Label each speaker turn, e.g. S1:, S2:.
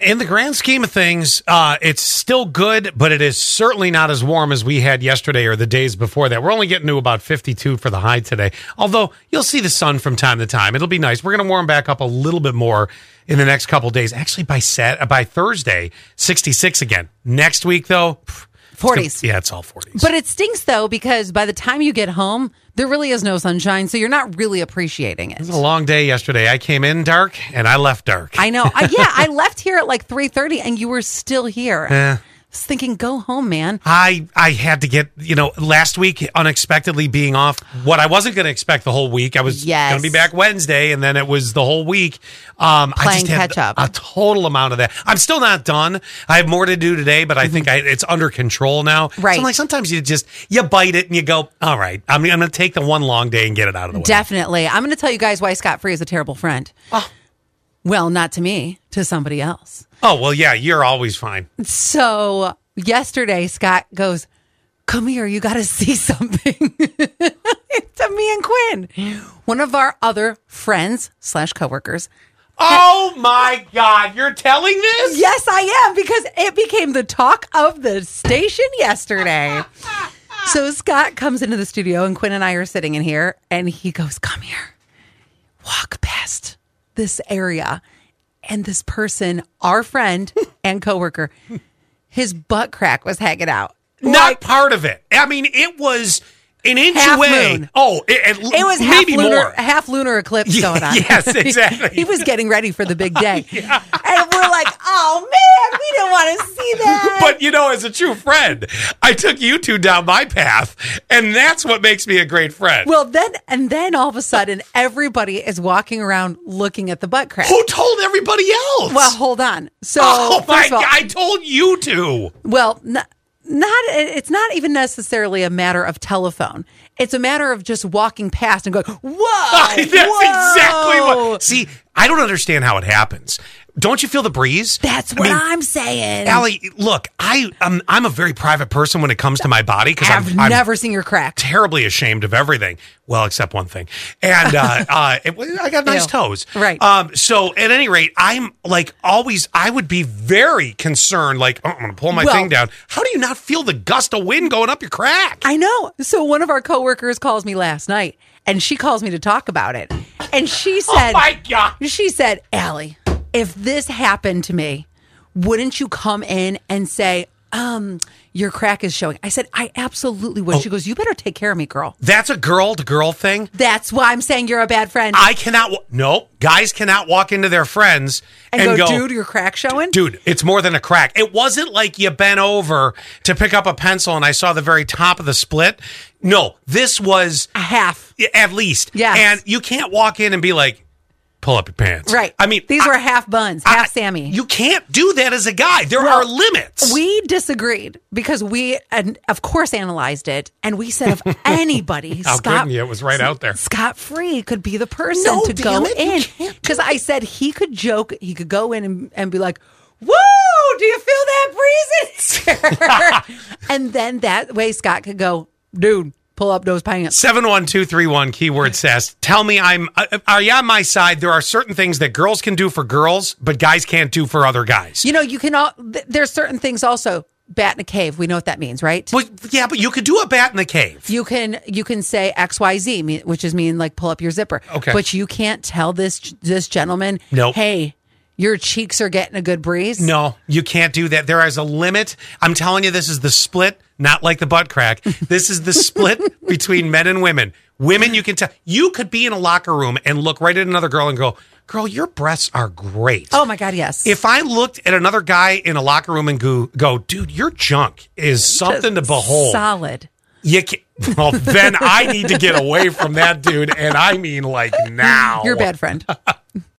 S1: in the grand scheme of things, uh, it's still good, but it is certainly not as warm as we had yesterday or the days before that. We're only getting to about 52 for the high today. Although you'll see the sun from time to time, it'll be nice. We're going to warm back up a little bit more in the next couple days. Actually, by Sat uh, by Thursday, 66 again. Next week though, pff, it's gonna-
S2: 40s.
S1: yeah, it's all 40s.
S2: But it stinks though because by the time you get home, there really is no sunshine, so you're not really appreciating it.
S1: it was a long day yesterday. I came in dark and I left dark.
S2: I know. I, yeah, I left here at like 3:30 and you were still here. I was thinking go home, man.
S1: I I had to get you know last week unexpectedly being off what I wasn't going to expect the whole week. I was
S2: Yes.
S1: going to be back Wednesday, and then it was the whole week. Um, I
S2: Playing
S1: just had
S2: catch up.
S1: A total amount of that. I'm still not done. I have more to do today, but I think I, it's under control now.
S2: Right.
S1: So I'm like sometimes you just you bite it and you go, all right, I'm, I'm going to take the one long day and get it out of the way.
S2: Definitely. I'm going to tell you guys why Scott Free is a terrible friend. Well, not to me, to somebody else.
S1: oh well, yeah, you're always fine.
S2: So yesterday, Scott goes, Come here, you got to see something. to me and Quinn, one of our other friends slash coworkers.
S1: Oh my God, you're telling this?
S2: Yes, I am, because it became the talk of the station yesterday. so Scott comes into the studio, and Quinn and I are sitting in here, and he goes, Come here, walk past this area. And this person, our friend and coworker, his butt crack was hanging out.
S1: not part of it. I mean, it was an inch
S2: Half
S1: away.
S2: moon.
S1: Oh, it, it,
S2: It was half
S1: maybe
S2: lunar,
S1: more.
S2: half lunar eclipse going on.
S1: yes, exactly.
S2: he was getting ready for the big day, and we're like, "Oh man, we didn't want to see that."
S1: But you know, as a true friend, I took you two down my path, and that's what makes me a great friend.
S2: well, then and then all of a sudden, everybody is walking around looking at the butt crack.
S1: Who told everybody else?
S2: Well, hold on. So,
S1: oh my
S2: first of all,
S1: God, I told you two.
S2: well, n- not it's not even necessarily a matter of telephone. It's a matter of just walking past and going, "Whoa!"
S1: That's exactly
S2: whoa."
S1: what. See, I don't understand how it happens. Don't you feel the breeze?
S2: That's
S1: I
S2: what
S1: mean,
S2: I'm saying.
S1: Allie, look, I um, I'm a very private person when it comes to my body because
S2: I've
S1: I'm, I'm
S2: never seen your crack.
S1: terribly ashamed of everything. Well, except one thing. And uh, uh, it, well, I got nice
S2: Ew.
S1: toes.
S2: Right.
S1: Um, so at any rate, I'm like always, I would be very concerned. Like, oh, I'm going to pull my
S2: Well-
S1: thing down. How do you not feel the gust of wind going up your crack?
S2: I know. So one of our coworkers calls me last night and she calls me to talk about it. And she said,
S1: Oh my God.
S2: She said, Allie, if this happened to me, wouldn't you come in and say, um, your crack is showing? I said, I absolutely would.
S1: Oh.
S2: She goes, You better take care of me, girl.
S1: That's a girl to girl thing.
S2: That's why I'm saying you're a bad friend.
S1: I cannot, wa- no, guys cannot walk into their friends
S2: and go, dude, your crack showing?
S1: Dude, it's more than a crack. It wasn't like you bent over to pick up a pencil and I saw the very top of the split. No, this was
S2: A half.
S1: Yeah, at least.
S2: Yes.
S1: And you can't walk in and be like, pull up your pants.
S2: Right.
S1: I mean,
S2: these
S1: I-
S2: were half buns, half Sammy.
S1: You can't do that as a guy. There are limits.
S2: We disagreed because we, and of course, analyzed it, and we said if anybody,
S1: How
S2: Scott,
S1: couldn't you? It was right out there.
S2: Scott Free could be the person
S1: No,
S2: to
S1: damn
S2: go
S1: it, you
S2: in
S1: can't
S2: because I said he could joke, he could go in and, and be like, "Whoa, do you feel that breeze?" in here?" and then that way, Scott could go, "Dude, pull up those pants."
S1: 71231 keyword says, Tell me I'm, uh, are you on my side? There are certain things that girls can do for girls, but guys can't do for other guys.
S2: You know, you can all. Th- there's certain things also. Bat in a cave. We know what that means, right?
S1: Well, yeah, but you could do a bat in the cave.
S2: You can you can say X Y Z, me- which is mean like pull up your zipper.
S1: Okay.
S2: but you can't tell this this gentleman.
S1: Nope.
S2: Hey, your cheeks are getting a good breeze.
S1: No, you can't do that. There is a limit. I'm telling you, this is the split, not like the butt crack. This is the split between men and women. Women, you can tell. You could be in a locker room and look right at another girl and go, Girl, your breasts are great.
S2: Oh my God, yes.
S1: If I looked at another guy in a locker room and go, go dude, your junk is something to behold.
S2: Solid.
S1: you can- well, then I need to get away from that dude. And I mean, like, now.
S2: You're a bad friend.